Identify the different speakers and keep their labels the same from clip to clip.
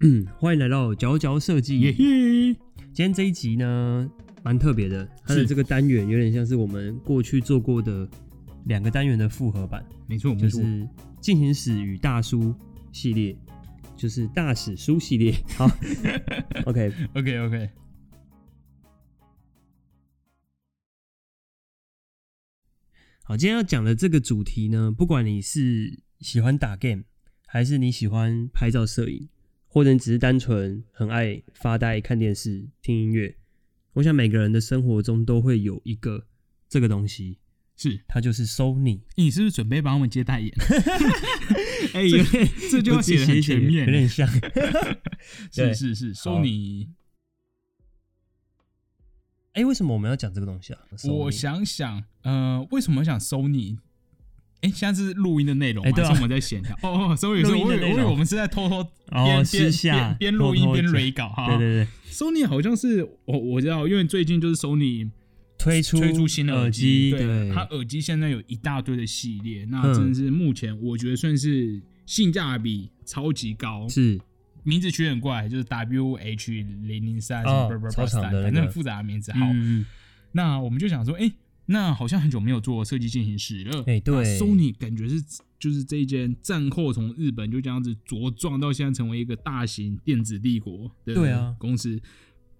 Speaker 1: 嗯，欢迎来到佼佼设计。
Speaker 2: 耶嘿，
Speaker 1: 今天这一集呢，蛮特别的，它的
Speaker 2: 是
Speaker 1: 这个单元有点像是我们过去做过的两个单元的复合版，
Speaker 2: 没错，
Speaker 1: 就
Speaker 2: 没错，
Speaker 1: 是进行史与大叔系列，就是大史书系 列。好，OK，
Speaker 2: OK OK，
Speaker 1: 好，今天要讲的这个主题呢，不管你是喜欢打 game，还是你喜欢拍照摄影，或者你只是单纯很爱发呆、看电视、听音乐，我想每个人的生活中都会有一个这个东西，
Speaker 2: 是
Speaker 1: 它就是 Sony。
Speaker 2: 你是不是准备帮我们 接 代言？哎、
Speaker 1: 这
Speaker 2: 有 这句话
Speaker 1: 我自己
Speaker 2: 写的很
Speaker 1: 一写
Speaker 2: 全面
Speaker 1: 有
Speaker 2: 欸
Speaker 1: 点像。对
Speaker 2: 是是是，收你。
Speaker 1: 哎、为什么我们要讲这个东西啊？Sony
Speaker 2: 我想想，呃，为什么想收你？哎、现在是录音的内容吗，
Speaker 1: 哎对啊
Speaker 2: 还是我们在闲聊？哦 哦，sorry，
Speaker 1: 录
Speaker 2: sorry，
Speaker 1: 音
Speaker 2: 我
Speaker 1: 的
Speaker 2: 以为
Speaker 1: 内
Speaker 2: 我以为
Speaker 1: 容
Speaker 2: 我们是在偷偷边
Speaker 1: 哦，私
Speaker 2: 边
Speaker 1: 下
Speaker 2: 边边录音
Speaker 1: 偷偷
Speaker 2: 边
Speaker 1: 讲
Speaker 2: 蕊稿哈。
Speaker 1: 对 对对，
Speaker 2: ，Sony 好像是我我知道，因为最近就是 Sony
Speaker 1: 推出
Speaker 2: 推出新的
Speaker 1: 耳
Speaker 2: 机，
Speaker 1: 对，
Speaker 2: 它耳机现在有一大堆的系列，那
Speaker 1: 嗯
Speaker 2: 真的是目前我觉得算是性价比超级高，
Speaker 1: 是
Speaker 2: 名字取得很怪，就是 WH 零零三，
Speaker 1: 哦
Speaker 2: 不不不
Speaker 1: 超长的那个
Speaker 2: 反正很复杂的名字。好，
Speaker 1: 嗯，
Speaker 2: 那我们就想说，哎，那好像很久没有做设计进行时了，
Speaker 1: 哎对
Speaker 2: 那，Sony 感觉是就是这一间战后从日本就这样子茁壮到现在成为一个大型电子帝国的
Speaker 1: 对啊
Speaker 2: 公司，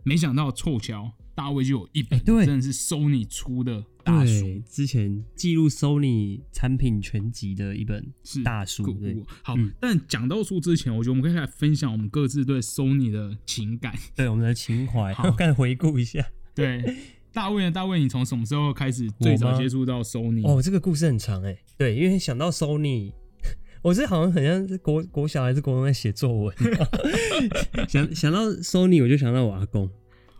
Speaker 2: 没想到凑巧大卫就有一本
Speaker 1: 哎对
Speaker 2: 真的是 Sony 出的大书，
Speaker 1: 对，之前记录 Sony 产品全集的一本
Speaker 2: 是
Speaker 1: 大书，
Speaker 2: 酷
Speaker 1: 对
Speaker 2: 酷。好，
Speaker 1: 嗯
Speaker 2: 但讲到书之前，我觉得我们可以来分享我们各自对 Sony 的情感。
Speaker 1: 对，我们的情怀，
Speaker 2: 好
Speaker 1: 看回顾一下。
Speaker 2: 对，大卫呢？啊大卫，你从什么时候开始最
Speaker 1: 我
Speaker 2: 早
Speaker 1: 吗
Speaker 2: 接触到 Sony？
Speaker 1: 哦，这个故事很长哎、对，因为想到 Sony，我 是好像很像是国国小还是国中在写作 文，想想到 Sony 我就想到我阿公，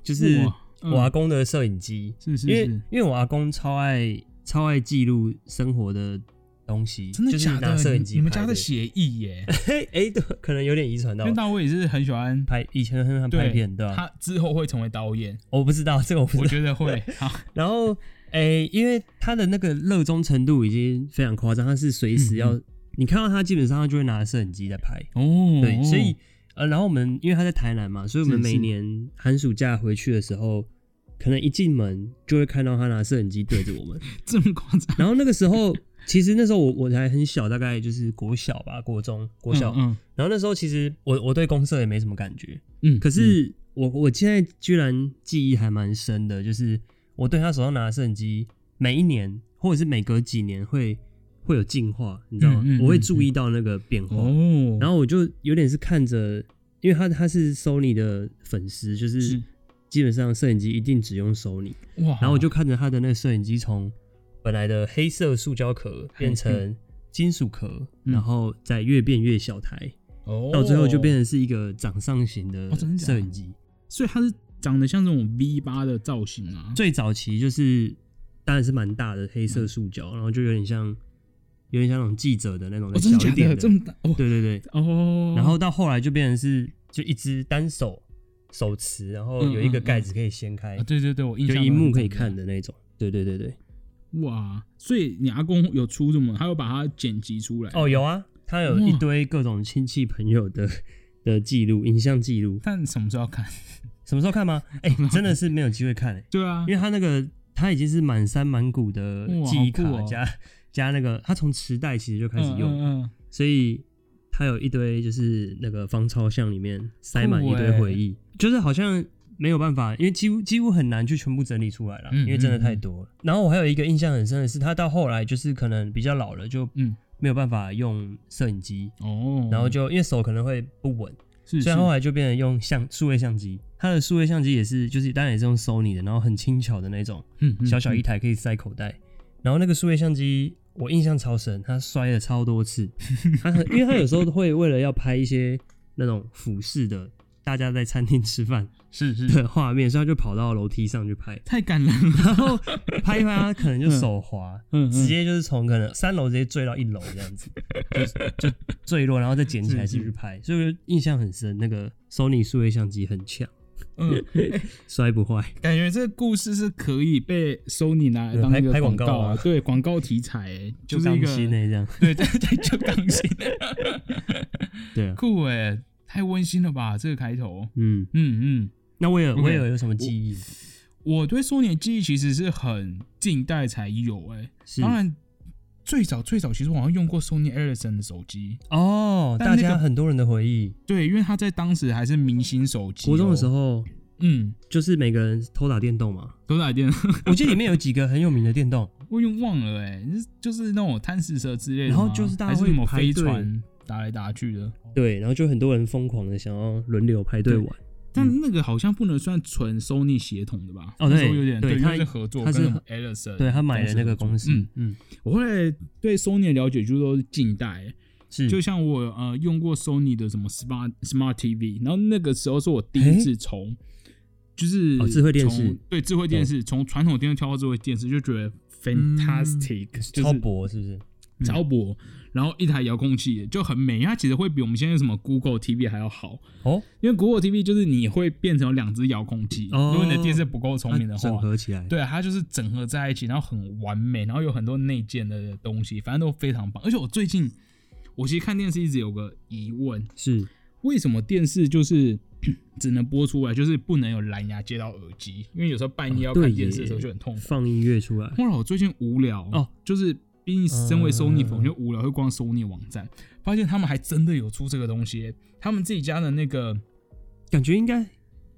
Speaker 1: 就是
Speaker 2: 哇嗯
Speaker 1: 我阿公的摄影机，
Speaker 2: 是是
Speaker 1: 因为
Speaker 2: 是，
Speaker 1: 因为我阿公超爱超爱记录生活的东西，
Speaker 2: 真的
Speaker 1: 就是
Speaker 2: 假
Speaker 1: 拿
Speaker 2: 的？
Speaker 1: 摄影
Speaker 2: 你
Speaker 1: 机
Speaker 2: 你们
Speaker 1: 拍
Speaker 2: 家 的协议耶？
Speaker 1: 嘿哎、对，可能有点遗传到
Speaker 2: 因为大卫也是很喜欢
Speaker 1: 拍以前很很
Speaker 2: 对
Speaker 1: 拍片对吧、
Speaker 2: 他之后会成为导演，
Speaker 1: 我不知道这个我不
Speaker 2: 我
Speaker 1: 知道。
Speaker 2: 觉 得会。好，
Speaker 1: 然后哎、因为他的那个热衷程度已经非常夸张，他是随时
Speaker 2: 嗯
Speaker 1: 要、你看到他基本上他就会拿摄影机在拍。
Speaker 2: 哦，
Speaker 1: 对，所以呃，然后我们因为他在台南嘛，所以我们
Speaker 2: 是
Speaker 1: 每
Speaker 2: 是
Speaker 1: 年寒暑假回去的时候，可能一进门就会看到他拿摄影机对着 我们。
Speaker 2: 这么夸 张，
Speaker 1: 然后那个时候，其实那时候我我才很小，大概就是国小吧，国中、国小。
Speaker 2: 嗯
Speaker 1: 然后那时候其实我我对公社也没什么感觉，
Speaker 2: 嗯，
Speaker 1: 可是我我现在居然记忆还蛮深的，就是我对他手上拿的摄影机，每一年或者是每隔几年会会有进化，你知道吗？
Speaker 2: 嗯嗯嗯
Speaker 1: 我会注意到那个变化。
Speaker 2: 嗯哦，
Speaker 1: 然后我就有点是看着，因为他他是 Sony 的粉丝，就是
Speaker 2: 是哦
Speaker 1: 基本上摄影机一定只用 Sony，
Speaker 2: 哇，
Speaker 1: 然后我就看着他的那个摄影机从本来的黑色塑胶壳变成金属壳，
Speaker 2: 嗯
Speaker 1: 然后再越变越小台，
Speaker 2: 哦
Speaker 1: 到最后就变成是一个掌上型的
Speaker 2: 哦真的假的
Speaker 1: 摄影机。
Speaker 2: 所以它是长得像这种 V 八的造型啊，
Speaker 1: 最早期就是当然是蛮大的黑色塑胶，然后就有点像有点像那种记者的那种
Speaker 2: 嗯哦，
Speaker 1: 小
Speaker 2: 真的假
Speaker 1: 一点
Speaker 2: 的？这么大哦
Speaker 1: 对对对，
Speaker 2: 哦，
Speaker 1: 然后到后来就变成是就一只单手手持，然后有一个盖子可以掀开，
Speaker 2: 啊对对对，我印
Speaker 1: 就
Speaker 2: 象
Speaker 1: 荧幕可以
Speaker 2: 中是这样
Speaker 1: 看的那种。对对对对，
Speaker 2: 哇，所以你阿公有出什么？他有把它剪辑出来
Speaker 1: 哦，有啊，他有一堆各种亲戚朋友的的记录，影像记录。
Speaker 2: 但什么时候看？
Speaker 1: 什么时候看吗？哎、 真的是没有机会看、欸，
Speaker 2: 对啊
Speaker 1: 因，为他那个他已经是满山满谷的
Speaker 2: 哇
Speaker 1: 记忆卡、
Speaker 2: 好酷哦
Speaker 1: 加加那个，他从磁带其实就开始用，
Speaker 2: 嗯嗯
Speaker 1: 所以他有一堆就是那个方超箱里面塞满一堆
Speaker 2: 欸
Speaker 1: 回忆，就是好像没有办法，因为几乎几乎很难去全部整理出来了，
Speaker 2: 嗯
Speaker 1: 因为真的太多了。然后我还有一个印象很深的是，他到后来就是可能比较老了，就
Speaker 2: 嗯
Speaker 1: 没有办法用摄影机，
Speaker 2: 嗯哦，
Speaker 1: 然后就因为手可能会不稳，
Speaker 2: 是
Speaker 1: 所以他后来啊就变成用相数位相机。他的数位相机也是，就是当然也是用 Sony 的，然后很轻巧的那种，
Speaker 2: 是
Speaker 1: 小小一台可以塞口袋。然后那个数位相机我印象超深，它摔了超多 次。它很，因为它有时候会为了要拍一些那种俯视的，大家在餐厅吃饭
Speaker 2: 是是
Speaker 1: 的画面，所以它就跑到楼梯上去拍，
Speaker 2: 太感人了，
Speaker 1: 然后拍一拍它可能就手滑，
Speaker 2: 嗯
Speaker 1: 直接就是从可能三楼直接坠到一楼这样子，就就坠落，然后再捡起来继续拍，所以我就印象很深。那个 Sony 数位相机很强，
Speaker 2: 嗯，
Speaker 1: 摔不坏。
Speaker 2: 感觉这个故事是可以被 Sony 拿来当
Speaker 1: 拍
Speaker 2: 一个
Speaker 1: 拍广
Speaker 2: 广
Speaker 1: 告
Speaker 2: 告
Speaker 1: 啊
Speaker 2: 对广告题材欸，就是一
Speaker 1: 刚
Speaker 2: 个
Speaker 1: 新呢，这样
Speaker 2: 对对对，就刚性，
Speaker 1: 对啊，
Speaker 2: 酷哎，太温馨了吧，这个开头。
Speaker 1: 嗯，
Speaker 2: 嗯嗯，
Speaker 1: 那威尔
Speaker 2: OK
Speaker 1: 威尔有什么记忆？
Speaker 2: 我对苏联记忆其实是很近代才有、欸，
Speaker 1: 是
Speaker 2: 当然最早最早其实我好像用过 Sony Ericsson 的手机，
Speaker 1: 哦，
Speaker 2: 但
Speaker 1: 大
Speaker 2: 那个
Speaker 1: 家很多人的回忆，
Speaker 2: 对，因为它在当时还是明星手机、
Speaker 1: 国中的时
Speaker 2: 候，
Speaker 1: 候
Speaker 2: 嗯，
Speaker 1: 就是每个人偷打电动嘛。
Speaker 2: 都打电，
Speaker 1: 我记得里面有几个很有名的电动，
Speaker 2: 我已经忘了、欸，哎，就是那种贪食蛇之类的吗，
Speaker 1: 然后就是大家
Speaker 2: 还是
Speaker 1: 会
Speaker 2: 什么
Speaker 1: 排
Speaker 2: 飞
Speaker 1: 队
Speaker 2: 船打来打去的，
Speaker 1: 对，然后就很多人疯狂的想要轮流排队
Speaker 2: 对
Speaker 1: 玩。
Speaker 2: 但那个好像不能算纯 Sony 协同的吧？
Speaker 1: 哦
Speaker 2: 那时候
Speaker 1: 对
Speaker 2: 有点
Speaker 1: 对
Speaker 2: 因
Speaker 1: 它
Speaker 2: 为是合作，
Speaker 1: 它
Speaker 2: 跟
Speaker 1: 是
Speaker 2: 那种 Edison，
Speaker 1: 对他买了那个公司，
Speaker 2: 嗯，
Speaker 1: 嗯，
Speaker 2: 我后来对 Sony 的了解就都是近代，
Speaker 1: 是
Speaker 2: 就像我呃用过 Sony 的什么 Smart Smart TV，然后那个时候是我第一次从就是
Speaker 1: 哦智慧电视
Speaker 2: 从，对智慧电视从传统电视跳到智慧电视，就觉得 fantastic，
Speaker 1: 嗯
Speaker 2: 就
Speaker 1: 超
Speaker 2: 是
Speaker 1: 薄是不是？嗯
Speaker 2: 超薄，然后一台遥控器就很美，它其实会比我们现在什么 Google TV 还要好。
Speaker 1: 哦，
Speaker 2: 因为 Google TV 就是你会变成有两只遥控器，
Speaker 1: 哦
Speaker 2: 如果你的电视不够聪明的
Speaker 1: 它整
Speaker 2: 话，
Speaker 1: 合起来，
Speaker 2: 对，它就是整合在一起，然后很完美，然后有很多内建的东西，反正都非常棒。而且我最近，我其实看电视一直有个疑问，
Speaker 1: 是
Speaker 2: 为什么电视就是 只能播出来，就是不能有蓝牙接到耳机？因为有时候半夜要
Speaker 1: 哦对
Speaker 2: 看
Speaker 1: 耶
Speaker 2: 电视的时候就很痛苦。
Speaker 1: 放音乐出来，
Speaker 2: 后来我最近无聊
Speaker 1: 哦，
Speaker 2: 就是毕竟身为 Sony 粉，
Speaker 1: 嗯
Speaker 2: 我就无聊会逛 Sony 网站，发现他们还真的有出这个东西，他们自己家的那个。
Speaker 1: 感觉应该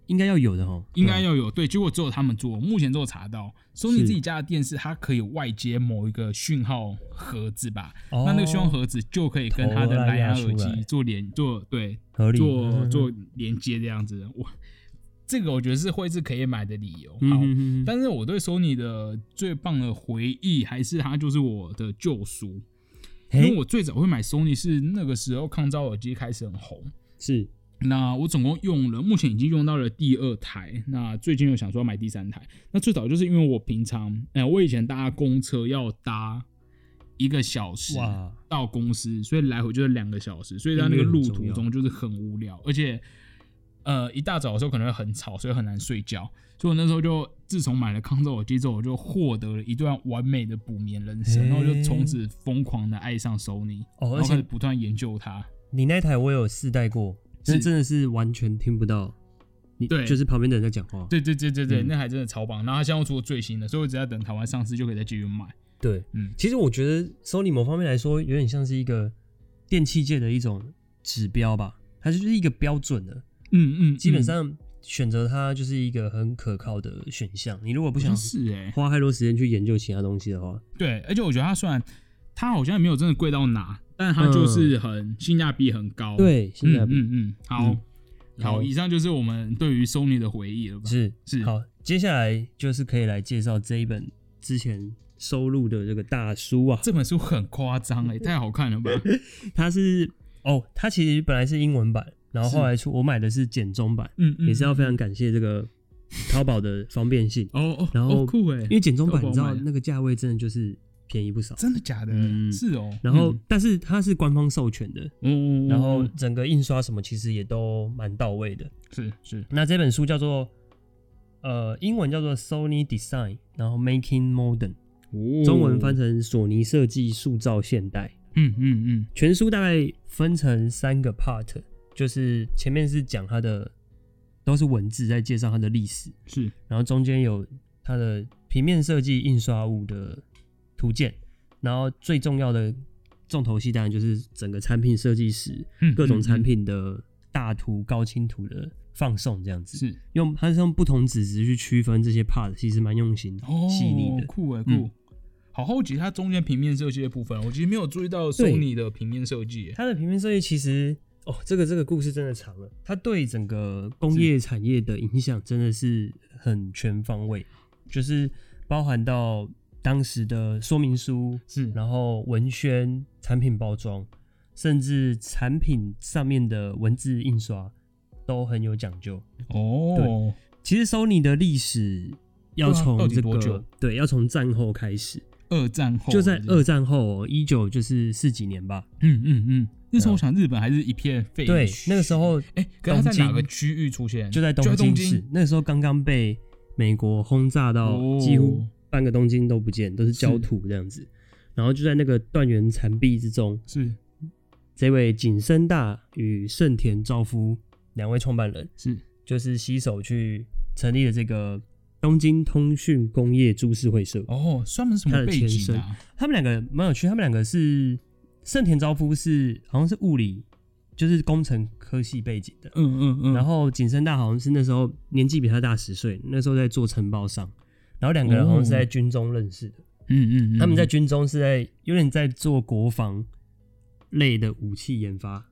Speaker 1: 应该要有的哦，
Speaker 2: 应该
Speaker 1: 对啊
Speaker 2: 要有对，结果只有他们
Speaker 1: 嗯
Speaker 2: 做，目前只有查到说你自己家的电视，它可以外接某一个讯号盒子吧？
Speaker 1: 哦
Speaker 2: 那那个讯号盒子就可以跟它的蓝牙耳机做连做对
Speaker 1: 合理
Speaker 2: 做
Speaker 1: 嗯
Speaker 2: 做连接这样子。我这个我觉得是会是可以买的理由。
Speaker 1: 嗯
Speaker 2: 好，
Speaker 1: 嗯嗯嗯
Speaker 2: 但是我对 Sony 的最棒的回忆还是它就是我的救赎，因为
Speaker 1: 嘿
Speaker 2: 我最早会买 Sony 是那个时候抗噪耳机开始很红。
Speaker 1: 是
Speaker 2: 那我总共用了，目前已经用到了第二台。那最近又想说要买第三台。那最早就是因为我平常，哎、我以前搭公车要搭一个小时
Speaker 1: 哇
Speaker 2: 到公司，所以来回就是两个小时，所以在那个路途中就是很无聊，而且呃一大早的时候可能会很吵，所以很难睡觉。所以我那时候就自从买了康州耳机之后，我就获得了一段完美的补眠人生，
Speaker 1: 嘿
Speaker 2: 然后就从此疯狂的爱上 Sony，
Speaker 1: 哦
Speaker 2: 然
Speaker 1: 而
Speaker 2: 后
Speaker 1: 且
Speaker 2: 开始不断研究它。
Speaker 1: 你那台我有试戴过，
Speaker 2: 是
Speaker 1: 那真的是完全听不到，你
Speaker 2: 对
Speaker 1: 就是旁边的人在讲话，
Speaker 2: 对对对对对，
Speaker 1: 嗯
Speaker 2: 那还真的超棒。然后它现在又出了最新的，所以我只要等台湾上市就可以再继续买。
Speaker 1: 对，
Speaker 2: 嗯
Speaker 1: 其实我觉得 Sony 某方面来说，有点像是一个电器界的一种指标吧，它就是一个标准的，
Speaker 2: 嗯嗯，
Speaker 1: 基本
Speaker 2: 嗯
Speaker 1: 上选择它就是一个很可靠的选项。你如果不
Speaker 2: 好
Speaker 1: 想
Speaker 2: 像是啊哎、
Speaker 1: 花太多时间去研究其他东西的话，
Speaker 2: 对，而且我觉得它虽然它好像也没有真的贵到哪，但它就是很、性价比很
Speaker 1: 嗯
Speaker 2: 高。，
Speaker 1: 对，性
Speaker 2: 嗯
Speaker 1: 价
Speaker 2: 嗯
Speaker 1: 比
Speaker 2: 嗯嗯，好
Speaker 1: 嗯
Speaker 2: 好，以上就是我们对于 Sony 的回忆了吧？
Speaker 1: 是
Speaker 2: 是
Speaker 1: 好。接下来就是可以来介绍这一本之前收录的这个大书啊，
Speaker 2: 这本书很夸张哎，太好 看了吧？
Speaker 1: 它是哦，它其实本来是英文版，然后后来出我买的是简中版，
Speaker 2: 嗯嗯，
Speaker 1: 也是要非
Speaker 2: 嗯
Speaker 1: 常感谢这个淘宝的方便性，
Speaker 2: 哦哦，
Speaker 1: 然后
Speaker 2: 哦酷哎
Speaker 1: 因，为简中
Speaker 2: 淘
Speaker 1: 版
Speaker 2: 宝
Speaker 1: 你知道
Speaker 2: 买的
Speaker 1: 那个价位真的就是便宜不少，
Speaker 2: 真的假的？
Speaker 1: 嗯
Speaker 2: 是哦。
Speaker 1: 然后但是它是官方授权的，
Speaker 2: 嗯，嗯嗯嗯
Speaker 1: 然后整个印刷什么其实也都蛮到位的。
Speaker 2: 是是
Speaker 1: 那这本书叫做呃，英文叫做 Sony Design，然后 Making Modern，
Speaker 2: 哦
Speaker 1: 中文翻成索尼设计塑造现代。
Speaker 2: 嗯嗯嗯
Speaker 1: 全书大概分成三个 part，就是前面是讲它的都是文字在介绍它的历史，
Speaker 2: 是
Speaker 1: 然后中间有它的平面设计、印刷物的图鉴，然后最重要的重头戏当然就是整个产品设计史
Speaker 2: 嗯
Speaker 1: 各种
Speaker 2: 嗯
Speaker 1: 产
Speaker 2: 嗯
Speaker 1: 品的大图、高清图的放送这样子。
Speaker 2: 是
Speaker 1: 用它是用不同纸质去区分这些 part，其实蛮用心、
Speaker 2: 哦，
Speaker 1: 细腻的。
Speaker 2: 酷哎酷。
Speaker 1: 嗯
Speaker 2: 好好奇它中间平面设计的部分，啊我其实没有注意到
Speaker 1: 对
Speaker 2: Sony 的平面设计欸。
Speaker 1: 它的平面设计其实，哦，这个这个故事真的长了，它对整个工业产业的影响真的是很全方位，就是包含到当时的说明书，
Speaker 2: 是
Speaker 1: 然后文宣、产品包装，甚至产品上面的文字印刷都很有讲究。
Speaker 2: 哦，
Speaker 1: 其实 Sony 的历史要
Speaker 2: 对啊
Speaker 1: 从
Speaker 2: 到底
Speaker 1: 这
Speaker 2: 多
Speaker 1: 个、
Speaker 2: 久
Speaker 1: 对，要从战后开始，
Speaker 2: 二战后
Speaker 1: 就在
Speaker 2: 是不是
Speaker 1: 二，战后，一九就是四几年吧。
Speaker 2: 嗯嗯嗯，那时候我想日本还是一片废墟。
Speaker 1: 对，那个时候
Speaker 2: 哎，可是它在
Speaker 1: 东京
Speaker 2: 哪个区域出现？
Speaker 1: 就在东
Speaker 2: 东
Speaker 1: 京市，那时候刚刚被美国轰炸到
Speaker 2: 哦，
Speaker 1: 几乎半个东京都不见，都是焦土这样子。然后就在那个断垣残壁之中，
Speaker 2: 是
Speaker 1: 这位景深大与盛田昭夫两位创办人，
Speaker 2: 是
Speaker 1: 就是携手去成立了这个东京通讯工业株式会社。
Speaker 2: 哦，算是什
Speaker 1: 它
Speaker 2: 么
Speaker 1: 的
Speaker 2: 背
Speaker 1: 前
Speaker 2: 景
Speaker 1: 身
Speaker 2: 啊？
Speaker 1: 他们两个蛮有趣，他们两个是盛田昭夫是好像是物理，就是工程科系背景的，
Speaker 2: 嗯嗯嗯，
Speaker 1: 然后景深大好像是那时候年纪比他大十岁，那时候在做承包商，然后两个人好像是在军中认识的。
Speaker 2: 嗯嗯嗯，
Speaker 1: 他们在军中是在有点在做国防类的武器研发，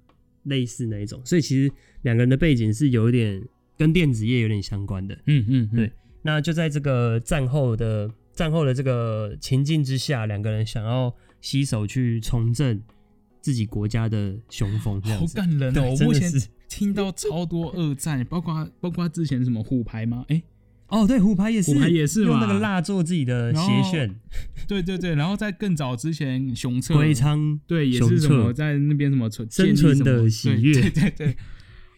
Speaker 1: 类似那一种，所以其实两个人的背景是有一点跟电子业有点相关的。
Speaker 2: 嗯嗯嗯
Speaker 1: 对那就在这个战后的战后的这个情境之下，两个人想要携手去重振自己国家的雄风，这样
Speaker 2: 好
Speaker 1: 子。
Speaker 2: 感人
Speaker 1: 对
Speaker 2: 哦！我
Speaker 1: 真
Speaker 2: 目
Speaker 1: 的
Speaker 2: 前
Speaker 1: 是
Speaker 2: 听到超多二战，包括包括之前什么虎牌吗？哎、
Speaker 1: 哦，对，虎牌也是，
Speaker 2: 虎牌也是
Speaker 1: 用那
Speaker 2: 嘛
Speaker 1: 个蜡做自己的
Speaker 2: 然
Speaker 1: 斜
Speaker 2: 后
Speaker 1: 炫，
Speaker 2: 对对对，然后在更早之前熊策，
Speaker 1: 龟仓
Speaker 2: 对，也
Speaker 1: 熊
Speaker 2: 是什么
Speaker 1: 策
Speaker 2: 在那边什么存
Speaker 1: 生
Speaker 2: 建立
Speaker 1: 存
Speaker 2: 什么
Speaker 1: 的喜悦
Speaker 2: 对对对对，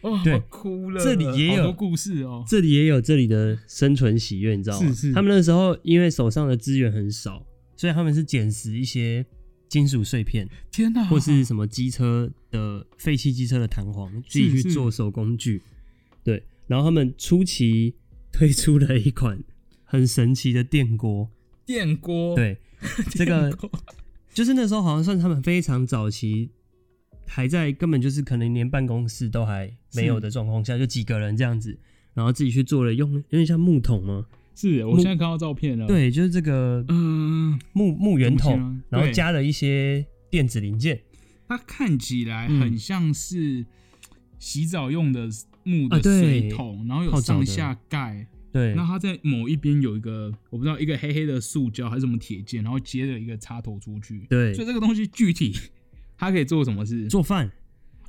Speaker 2: 哦，
Speaker 1: 对
Speaker 2: 我哭了，
Speaker 1: 这里也
Speaker 2: 好
Speaker 1: 有
Speaker 2: 多故事哦，
Speaker 1: 这里也有这里的生存喜悦，你知道吗？
Speaker 2: 是是
Speaker 1: 他们那时候因为手上的资源很少，所以他们是捡拾一些金属碎片
Speaker 2: 天哪，
Speaker 1: 或是什么机车的废弃机车的弹簧，自己去
Speaker 2: 是
Speaker 1: 做手工具。对，然后他们初期推出了一款很神奇的电锅，
Speaker 2: 电锅，
Speaker 1: 对，呃这
Speaker 2: 电
Speaker 1: 个
Speaker 2: 锅
Speaker 1: 就是那时候好像算是他们非常早期。还在根本就是可能连办公室都还没有的状况下，就几个人这样子，然后自己去做了用，有点像木桶吗？
Speaker 2: 是我现在看到照片了，，
Speaker 1: 对，就是这个
Speaker 2: 嗯、
Speaker 1: 木木圆
Speaker 2: 怎么形
Speaker 1: 筒
Speaker 2: 容，
Speaker 1: 然后
Speaker 2: 对
Speaker 1: 加了一些电子零件
Speaker 2: 它看起来
Speaker 1: 嗯
Speaker 2: 很像是洗澡用的木
Speaker 1: 啊
Speaker 2: 的
Speaker 1: 对
Speaker 2: 水桶，然后有
Speaker 1: 泡澡的
Speaker 2: 上下盖。
Speaker 1: 对，
Speaker 2: 那它在某一边有一个，我不知道一个黑黑的塑胶还是什么铁件，然后接了一个插头出去。
Speaker 1: 对
Speaker 2: 所以这个东西具体 它可以做什么事？
Speaker 1: 做饭。